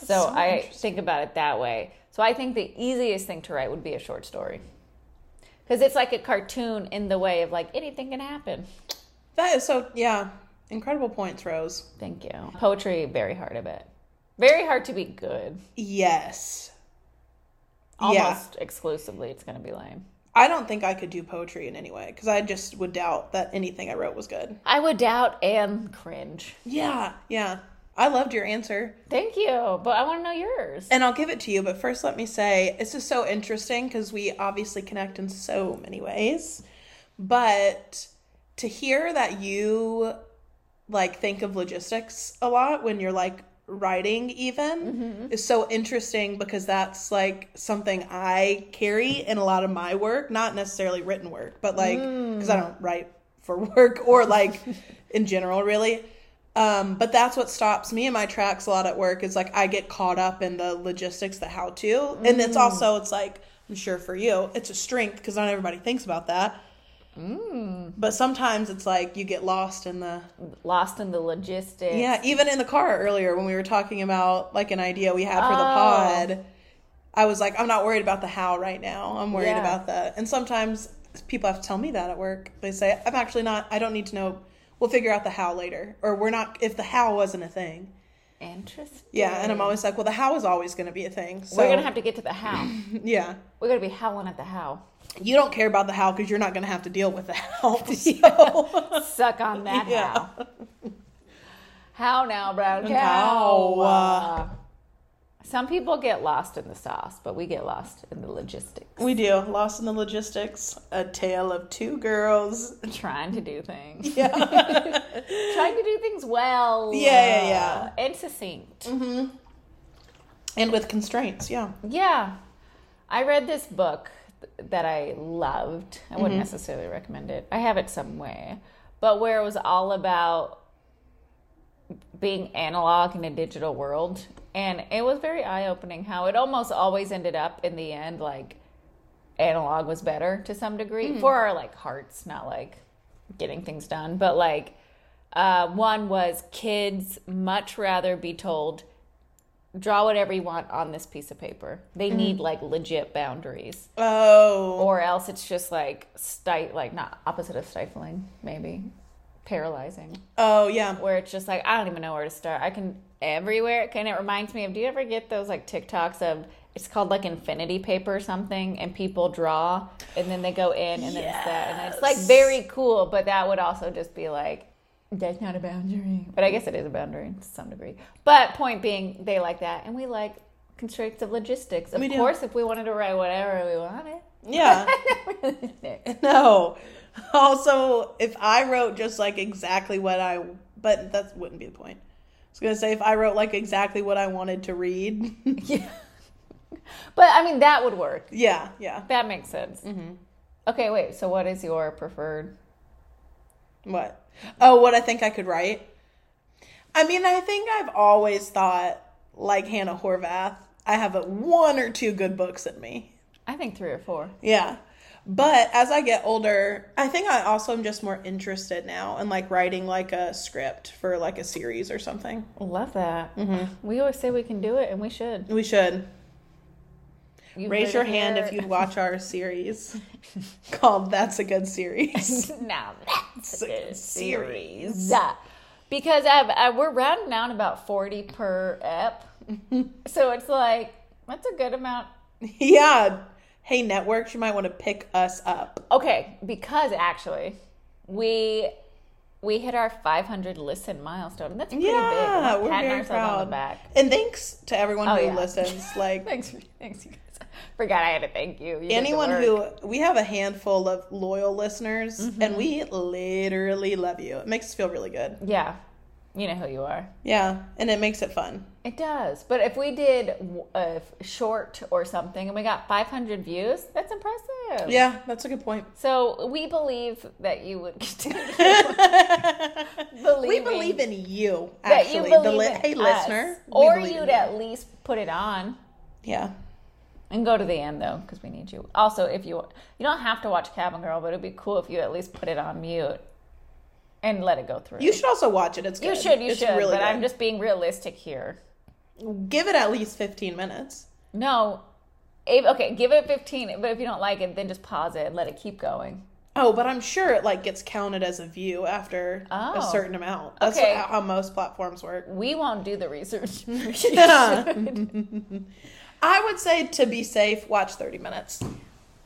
Speaker 1: so
Speaker 2: so
Speaker 1: I
Speaker 2: interesting.
Speaker 1: think about it that way. So I think the easiest thing to write would be a short story. Because it's like a cartoon in the way of like anything can happen.
Speaker 2: That is so yeah. Incredible points, Rose.
Speaker 1: Thank you. Poetry, very hard of it. Very hard to be good.
Speaker 2: Yes.
Speaker 1: Almost exclusively, it's going to be lame.
Speaker 2: I don't think I could do poetry in any way because I just would doubt that anything I wrote was good.
Speaker 1: I would doubt and cringe.
Speaker 2: Yeah, yeah. I loved your answer.
Speaker 1: Thank you, but I want to know yours.
Speaker 2: And I'll give it to you, but first let me say it's just so interesting because we obviously connect in so many ways. But to hear that you like think of logistics a lot when you're like writing even is so interesting because that's like something I carry in a lot of my work, not necessarily written work, but like because I don't write for work or like in general really. Um, but that's what stops me in my tracks a lot at work is like I get caught up in the logistics, the how to. And it's also it's like I'm sure for you, it's a strength because not everybody thinks about that. But sometimes it's like you get lost in the
Speaker 1: Lost in the logistics.
Speaker 2: yeah, even in the car earlier when we were talking about like an idea we had for
Speaker 1: Oh.
Speaker 2: the pod, I was like, I'm not worried about the how right now. I'm worried
Speaker 1: Yeah.
Speaker 2: about that. And sometimes people have to tell me that at work. They say, I'm actually not, I don't need to know. We'll figure out the how later. Or we're not, if the how wasn't a thing.
Speaker 1: Interesting.
Speaker 2: Yeah. And I'm always like, well, the how is always going to be a thing. So,
Speaker 1: We're going to have to get to the how.
Speaker 2: yeah.
Speaker 1: We're going to be howling at the how.
Speaker 2: You don't care about the how because you're not going to have to deal with the how. So,
Speaker 1: Suck on that
Speaker 2: Yeah.
Speaker 1: how. How now, brown cow?
Speaker 2: How, uh,
Speaker 1: Some people get lost in the sauce, but we get lost in the logistics.
Speaker 2: we do. Lost in the logistics, a tale of two girls.
Speaker 1: Trying to do things.
Speaker 2: Yeah.
Speaker 1: Trying to do things well.
Speaker 2: Yeah, yeah, yeah.
Speaker 1: And succinct.
Speaker 2: and with constraints. Yeah.
Speaker 1: Yeah. I read this book th- that I loved. I wouldn't necessarily recommend it. I have it somewhere. But where it was all about being analog in a digital world. And it was very eye opening how it almost always ended up in the end like analog was better to some degree for our like hearts, not like getting things done. But like, uh, one was kids much rather be told draw whatever you want on this piece of paper. They need like legit boundaries,
Speaker 2: Oh.
Speaker 1: or else it's just like stif like not opposite of stifling, maybe paralyzing,
Speaker 2: Oh yeah.
Speaker 1: where it's just like I don't even know where to start. I can everywhere, and it reminds me of. Do you ever get those like TikToks of? It's called like infinity paper or something, and people draw, and then they go in, and then it's that, and it's like very cool. But that would also just be like, that's not a boundary. But I guess it is a boundary to some degree. But point being, they like that, and we like constraints of logistics. Of
Speaker 2: We do.
Speaker 1: course, if we wanted to write whatever we wanted,
Speaker 2: Yeah.
Speaker 1: Nick.
Speaker 2: no. Also, if I wrote just like exactly what I but that wouldn't be the point. I was gonna say if I wrote like exactly what I wanted to read.
Speaker 1: yeah. But I mean, that would work.
Speaker 2: yeah, yeah.
Speaker 1: That makes sense. Okay, wait. So, what is your preferred?
Speaker 2: What? Oh, what I think I could write. I mean, I think I've always thought like Hannah Horvath. I have a, one or two good books in me.
Speaker 1: I think three or four.
Speaker 2: Yeah. But as I get older, I think I also am just more interested now in like writing like a script for like a series or something.
Speaker 1: Love that.
Speaker 2: Mm-hmm.
Speaker 1: We always say we can do it, and we should.
Speaker 2: We should
Speaker 1: You
Speaker 2: raise
Speaker 1: heard
Speaker 2: your
Speaker 1: it
Speaker 2: hand if
Speaker 1: here.
Speaker 2: you'd watch our series called That's a Good Series.
Speaker 1: now that's a good
Speaker 2: series.
Speaker 1: series. Because I've, I, we're rounding out about 40 per ep. so it's like, that's a good amount.
Speaker 2: yeah. Hey, networks, you might want to pick us up.
Speaker 1: Okay, because actually, we we hit our 500 listen milestone. That's pretty
Speaker 2: Yeah,
Speaker 1: big.
Speaker 2: we're
Speaker 1: patting
Speaker 2: very
Speaker 1: ourselves
Speaker 2: proud.
Speaker 1: on the back.
Speaker 2: And thanks to everyone
Speaker 1: Oh,
Speaker 2: who
Speaker 1: yeah.
Speaker 2: listens. Like
Speaker 1: Thanks, thanks, you guys. Forgot I had to thank you. You did the
Speaker 2: anyone
Speaker 1: work.
Speaker 2: who we have a handful of loyal listeners,
Speaker 1: Mm-hmm.
Speaker 2: and we literally love you. It makes us feel really good.
Speaker 1: yeah, you know who you are.
Speaker 2: Yeah, and it makes it fun.
Speaker 1: It does, but if we did a short or something and we got 500 views, that's impressive.
Speaker 2: Yeah, that's a good point.
Speaker 1: So we believe that you would continue
Speaker 2: we
Speaker 1: believing
Speaker 2: believe in you.
Speaker 1: that
Speaker 2: Actually,
Speaker 1: you believe
Speaker 2: the li-
Speaker 1: in
Speaker 2: hey
Speaker 1: us.
Speaker 2: listener, we
Speaker 1: or
Speaker 2: believe in
Speaker 1: you'd at least put it on.
Speaker 2: yeah.
Speaker 1: And go to the end though, because we need you. Also, if you you don't have to watch Cabin Girl, but it'd be cool if you at least put it on mute and let it go through.
Speaker 2: You should also watch it. It's
Speaker 1: you
Speaker 2: good.
Speaker 1: should, you
Speaker 2: It's
Speaker 1: should.
Speaker 2: really
Speaker 1: but I'm
Speaker 2: good.
Speaker 1: just being realistic here.
Speaker 2: give it at least fifteen minutes.
Speaker 1: No, if, okay, give it 15. But if you don't like it, then just pause it and let it keep going.
Speaker 2: Oh, but I'm sure it like gets counted as a view after a
Speaker 1: Oh.
Speaker 2: certain amount. That's
Speaker 1: Okay.
Speaker 2: how most platforms work.
Speaker 1: We won't do the research.
Speaker 2: I would say to be safe, watch thirty minutes.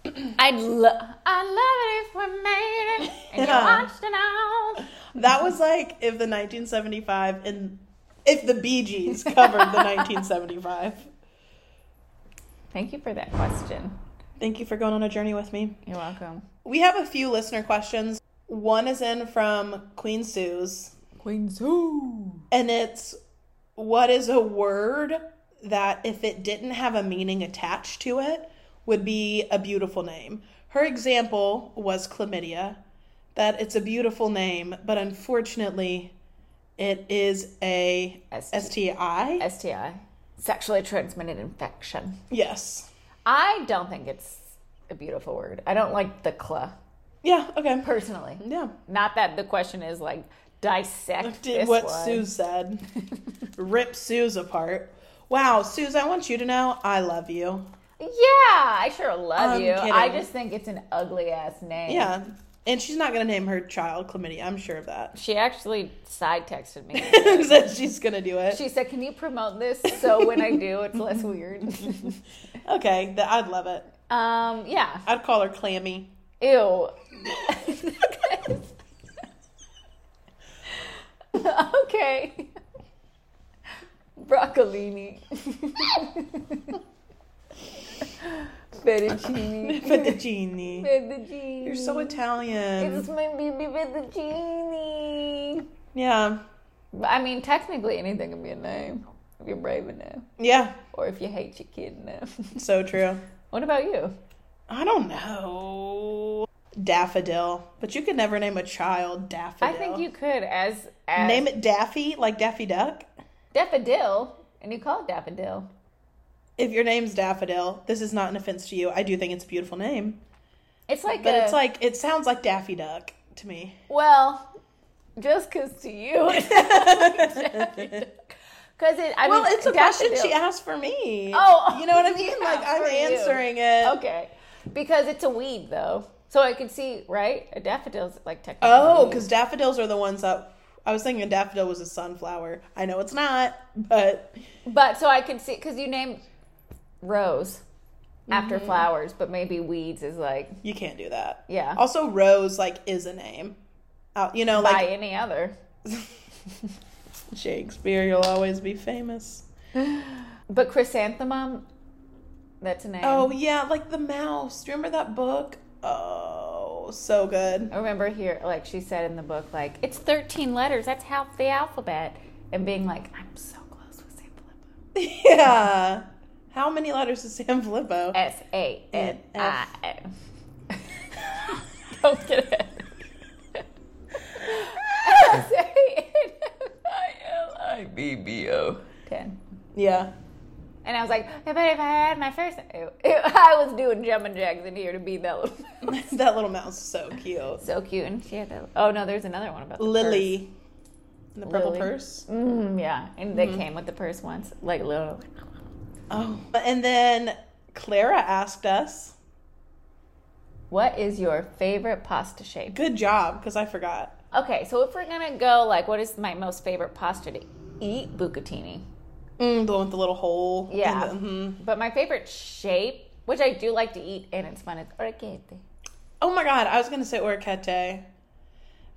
Speaker 1: I'd lo- I love it if we made it and
Speaker 2: Yeah.
Speaker 1: you watched it all.
Speaker 2: That was like if the 1975 and if the Bee Gees covered the 1975.
Speaker 1: Thank you for that question.
Speaker 2: Thank you for going on a journey with me.
Speaker 1: You're welcome.
Speaker 2: We have a few listener questions. One is in from Queen Sue's,
Speaker 1: Queen Zoo.
Speaker 2: and it's what is a word that, if it didn't have a meaning attached to it, would be a beautiful name? Her example was chlamydia, that it's a beautiful name, but unfortunately, it is a
Speaker 1: ST.
Speaker 2: STI.
Speaker 1: STI. Sexually transmitted infection.
Speaker 2: Yes.
Speaker 1: I don't think it's a beautiful word. I don't like the cla
Speaker 2: Yeah, okay.
Speaker 1: personally.
Speaker 2: Yeah.
Speaker 1: Not that the question is like dissect
Speaker 2: Did
Speaker 1: this
Speaker 2: what
Speaker 1: one.
Speaker 2: Sue said. Rip Sue's apart. Wow, Suze, I want you to know I love you.
Speaker 1: Yeah, I sure love
Speaker 2: I'm
Speaker 1: you. I
Speaker 2: kidding.
Speaker 1: just think it's an ugly ass name.
Speaker 2: Yeah. And she's not going to name her child chlamydia. I'm sure of that.
Speaker 1: She actually side texted me.
Speaker 2: so she's going to do it.
Speaker 1: She said, "Can you promote this so when I do, it's less weird?"
Speaker 2: okay, th- I'd love it.
Speaker 1: um, yeah.
Speaker 2: I'd call her Clammy.
Speaker 1: Ew. okay. Broccolini. Fettuccine.
Speaker 2: Fettuccine.
Speaker 1: Fettuccine.
Speaker 2: You're so Italian.
Speaker 1: It's my baby fettuccine.
Speaker 2: Yeah.
Speaker 1: But, I mean, technically, anything can be a name if you're brave enough,
Speaker 2: Yeah.
Speaker 1: or if you hate your kid enough.
Speaker 2: So true.
Speaker 1: what about you?
Speaker 2: I don't know. Daffodil. But you could never name a child
Speaker 1: I
Speaker 2: Daffodil.
Speaker 1: think you could as as
Speaker 2: Name it Daffy, like Daffy Duck.
Speaker 1: daffodil, and you call it daffodil.
Speaker 2: if your name's Daffodil, this is not an offense to you. I do think it's a beautiful name,
Speaker 1: It's like
Speaker 2: but
Speaker 1: a,
Speaker 2: it's like it sounds like Daffy Duck to me.
Speaker 1: well, just because to you, because it. I
Speaker 2: Well,
Speaker 1: mean,
Speaker 2: it's a question
Speaker 1: daffodil-
Speaker 2: she asked for me.
Speaker 1: Oh,
Speaker 2: you know what I mean?
Speaker 1: yeah,
Speaker 2: like I'm
Speaker 1: for you.
Speaker 2: answering it.
Speaker 1: Okay, because it's a weed though, so I can see right. A daffodil's like technically.
Speaker 2: Oh,
Speaker 1: a weed.
Speaker 2: because daffodils are the ones that I was thinking a daffodil was a sunflower. I know it's not, but
Speaker 1: But so I could see because you named rose after
Speaker 2: Mm-hmm.
Speaker 1: flowers, but maybe weeds is like
Speaker 2: you can't do that.
Speaker 1: yeah.
Speaker 2: Also, Rose like is a name. Uh, you know,
Speaker 1: by
Speaker 2: like
Speaker 1: any other.
Speaker 2: Shakespeare, you'll always be famous.
Speaker 1: But chrysanthemum, that's a name.
Speaker 2: Oh yeah, like the mouse. Do you remember that book? Oh, so good.
Speaker 1: I remember here, like she said in the book, like it's thirteen letters. That's half the alphabet. And being like, I'm so close with San Filippo.
Speaker 2: Yeah. How many letters is San Filippo?
Speaker 1: S A N I
Speaker 2: F.
Speaker 1: N. Don't get it. S A N I L I B B O. Ten.
Speaker 2: Yeah.
Speaker 1: And I was like, but if I had my first, ew, ew, I was doing jumping jacks in here to be that little.
Speaker 2: that little mouse is so cute.
Speaker 1: so cute, and she had that. Oh no, there's another one about the purse.
Speaker 2: Lily. And the purple
Speaker 1: Lily.
Speaker 2: purse.
Speaker 1: Mm, yeah, and
Speaker 2: Mm-hmm.
Speaker 1: they came with the purse once, like little.
Speaker 2: Oh. And then Clara asked us.
Speaker 1: What is your favorite pasta shape?
Speaker 2: Good job, because I forgot.
Speaker 1: Okay, so if we're gonna go like, what is my most favorite pasta to eat? Bucatini.
Speaker 2: Mm, the one with the little hole. in
Speaker 1: Yeah.
Speaker 2: the- mhm.
Speaker 1: But my favorite shape, which I do like to eat, and it's fun, is orecchiette.
Speaker 2: Oh my god, I was gonna say orcate.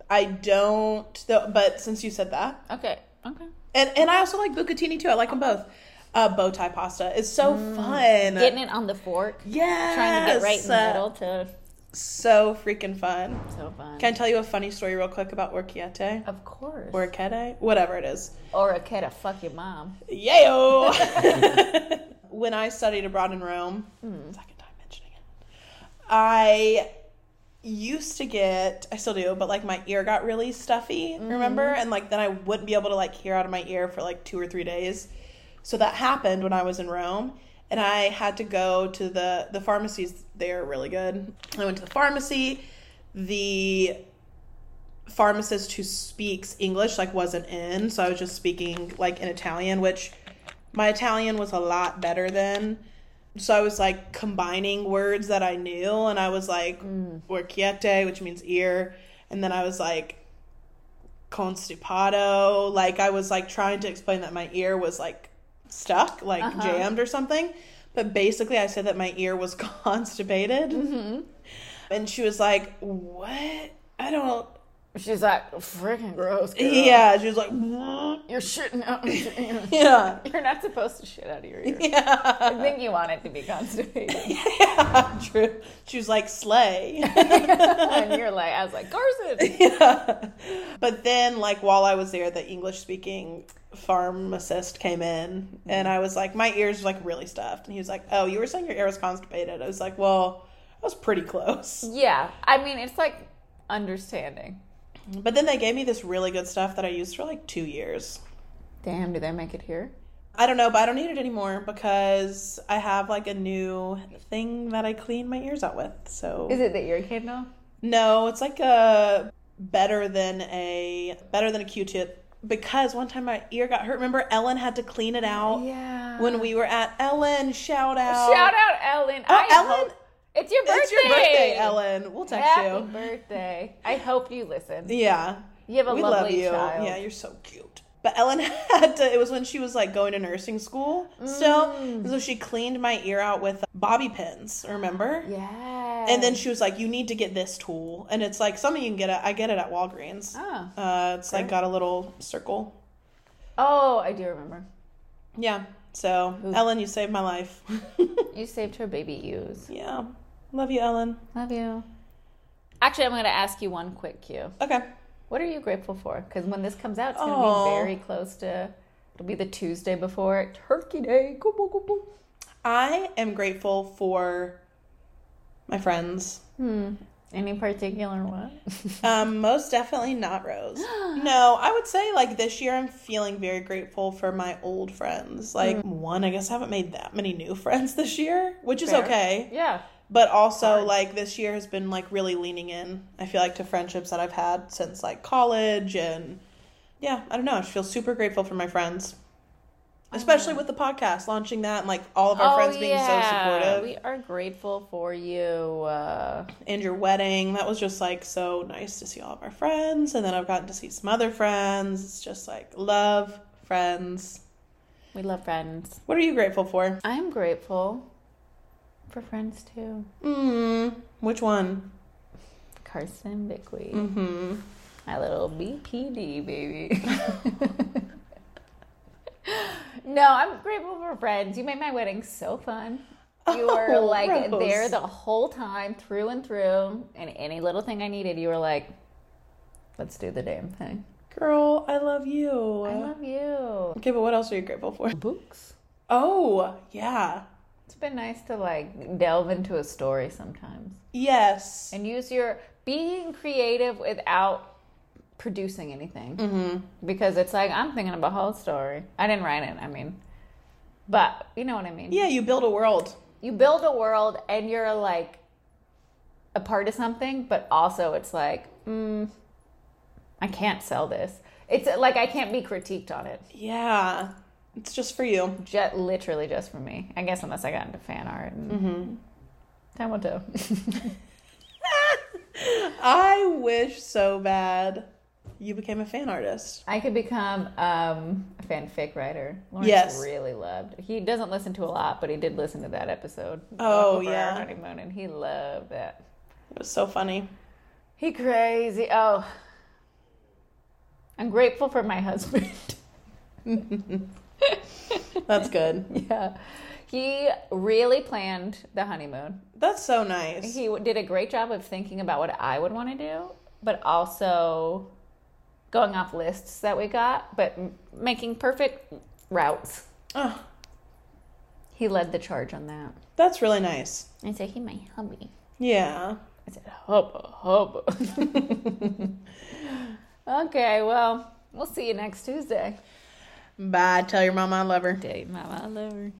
Speaker 2: I don't, though, but since you said that,
Speaker 1: Okay. Okay.
Speaker 2: and and I also like bucatini too. I like them both. Uh, bow tie pasta is so fun.
Speaker 1: Mm. Getting it on the fork.
Speaker 2: yes,
Speaker 1: Trying to get right in the
Speaker 2: uh,
Speaker 1: middle to
Speaker 2: So freaking fun.
Speaker 1: so fun.
Speaker 2: Can I tell you a funny story real quick about Orquiete?
Speaker 1: of course.
Speaker 2: Orquete, whatever it is.
Speaker 1: Or a kid to fuck your mom.
Speaker 2: Yayo! when I studied abroad in Rome, second time mentioning it, I used to get, I still do, but like my ear got really stuffy, remember? And like then I wouldn't be able to like hear out of my ear for like two or three days. So that happened when I was in Rome. And I had to go to the the pharmacies. They're really good. I went to the pharmacy. The pharmacist who speaks English like wasn't in, so I was just speaking like in Italian, which my Italian was a lot better then. So I was like combining words that I knew, and I was like "orchiette," which means ear, and then I was like constipado. Like I was like trying to explain that my ear was like stuck, like jammed or something. But basically, I said that my ear was constipated, and she was like, "What? I don't."
Speaker 1: She's like, freaking gross. Girl.
Speaker 2: Yeah, she was like,
Speaker 1: You're shitting out. You're
Speaker 2: yeah,
Speaker 1: not supposed to shit out of your ear. I
Speaker 2: yeah,
Speaker 1: think you want it to be constipated.
Speaker 2: yeah, true. She was like, slay.
Speaker 1: and you're like, I was like, Garson.
Speaker 2: yeah. But then, like, while I was there, the English speaking pharmacist came in, and I was like, my ears were like really stuffed. And he was like, oh, you were saying your air was constipated. I was like, well, I was pretty close.
Speaker 1: Yeah. I mean, it's like understanding.
Speaker 2: But then they gave me this really good stuff that I used for like two years.
Speaker 1: Damn, do they make it here?
Speaker 2: I don't know, but I don't need it anymore because I have like a new thing that I clean my ears out with. So
Speaker 1: Is it the ear candle?
Speaker 2: No, it's like a better than a better than a Q-tip because one time my ear got hurt. Remember Ellen had to clean it out
Speaker 1: Yeah.
Speaker 2: when we were at Ellen. Shout out!
Speaker 1: Shout out, Ellen. I
Speaker 2: Ellen!
Speaker 1: hope- it's your birthday.
Speaker 2: It's your birthday, Ellen. We'll text
Speaker 1: Happy
Speaker 2: you.
Speaker 1: birthday. I hope you listen.
Speaker 2: Yeah,
Speaker 1: You have a
Speaker 2: we
Speaker 1: lovely
Speaker 2: love you.
Speaker 1: child.
Speaker 2: Yeah, you're so cute. But Ellen had to. It was when she was like going to nursing school still,
Speaker 1: Mm.
Speaker 2: so she cleaned my ear out with bobby pins. Remember?
Speaker 1: yeah.
Speaker 2: And then she was like, "You need to get this tool," and it's like something you can get. At, I get it at Walgreens.
Speaker 1: Oh.
Speaker 2: Uh, it's like got a little circle.
Speaker 1: Oh, I do remember.
Speaker 2: Yeah. So Ellen, you saved my life.
Speaker 1: You saved her baby ewes.
Speaker 2: yeah. Love you, Ellen.
Speaker 1: Love you. Actually, I'm going to ask you one quick cue.
Speaker 2: Okay.
Speaker 1: What are you grateful for? Because when this comes out, it's going to
Speaker 2: Oh.
Speaker 1: be very close to. It'll be the Tuesday before Turkey Day. Go, go, go, go.
Speaker 2: I am grateful for my friends.
Speaker 1: Any particular one?
Speaker 2: Um, most definitely not Rose. no, I would say like this year I'm feeling very grateful for my old friends. Like one, I guess I haven't made that many new friends this year, which is
Speaker 1: Fair.
Speaker 2: okay.
Speaker 1: yeah.
Speaker 2: But also, like, this year has been, like, really leaning in, I feel like, to friendships that I've had since, like, college. And yeah, I don't know. I just feel super grateful for my friends, especially with the podcast, launching that, and, like, all of our friends being so
Speaker 1: Oh,
Speaker 2: supportive.
Speaker 1: We are grateful for you. Uh,
Speaker 2: and your wedding, that was just, like, so nice to see all of our friends. And then I've gotten to see some other friends. It's just, like, love, friends.
Speaker 1: we love friends.
Speaker 2: What are you grateful for?
Speaker 1: I'm grateful for friends too.
Speaker 2: Mm, which one?
Speaker 1: Carson Bickley,
Speaker 2: Mm-hmm.
Speaker 1: my little BPD baby. no, I'm grateful for friends. You made my wedding so fun. You were
Speaker 2: Oh,
Speaker 1: like
Speaker 2: Rose.
Speaker 1: there the whole time, through and through. And any little thing I needed, you were like, let's do the damn thing.
Speaker 2: Girl, I love you.
Speaker 1: I love you.
Speaker 2: okay, but what else are you grateful for?
Speaker 1: Books.
Speaker 2: Oh, yeah.
Speaker 1: It's been nice to like delve into a story sometimes.
Speaker 2: Yes.
Speaker 1: and use your being creative without producing anything mm-hmm. because it's like i'm thinking of a whole story i didn't write it i mean but you know what i mean
Speaker 2: Yeah, you build a world.
Speaker 1: you build a world and you're like a part of something but also it's like mm, i can't sell this it's like i can't be critiqued on it
Speaker 2: Yeah. It's just for you.
Speaker 1: just literally just for me i guess unless i got into fan art and time will tell
Speaker 2: I wish so bad you became a fan artist.
Speaker 1: I could become um, a fanfic writer. Lawrence
Speaker 2: Yes.
Speaker 1: really loved. He doesn't listen to a lot, but he did listen to that episode.
Speaker 2: Oh,
Speaker 1: Over our
Speaker 2: yeah.
Speaker 1: honeymoon, and he loved that.
Speaker 2: It was so funny.
Speaker 1: He crazy. Oh, I'm grateful for my husband.
Speaker 2: That's good.
Speaker 1: yeah. He really planned the honeymoon.
Speaker 2: That's so nice.
Speaker 1: He w- did a great job of thinking about what I would want to do, but also going off lists that we got, but m- making perfect routes.
Speaker 2: Oh,
Speaker 1: He led the charge on that.
Speaker 2: that's really nice.
Speaker 1: I say he my hubby.
Speaker 2: Yeah.
Speaker 1: I said hubba hubba. okay, well, we'll see you next Tuesday.
Speaker 2: Bye. Tell your mom I love her.
Speaker 1: Day, mama, I love her.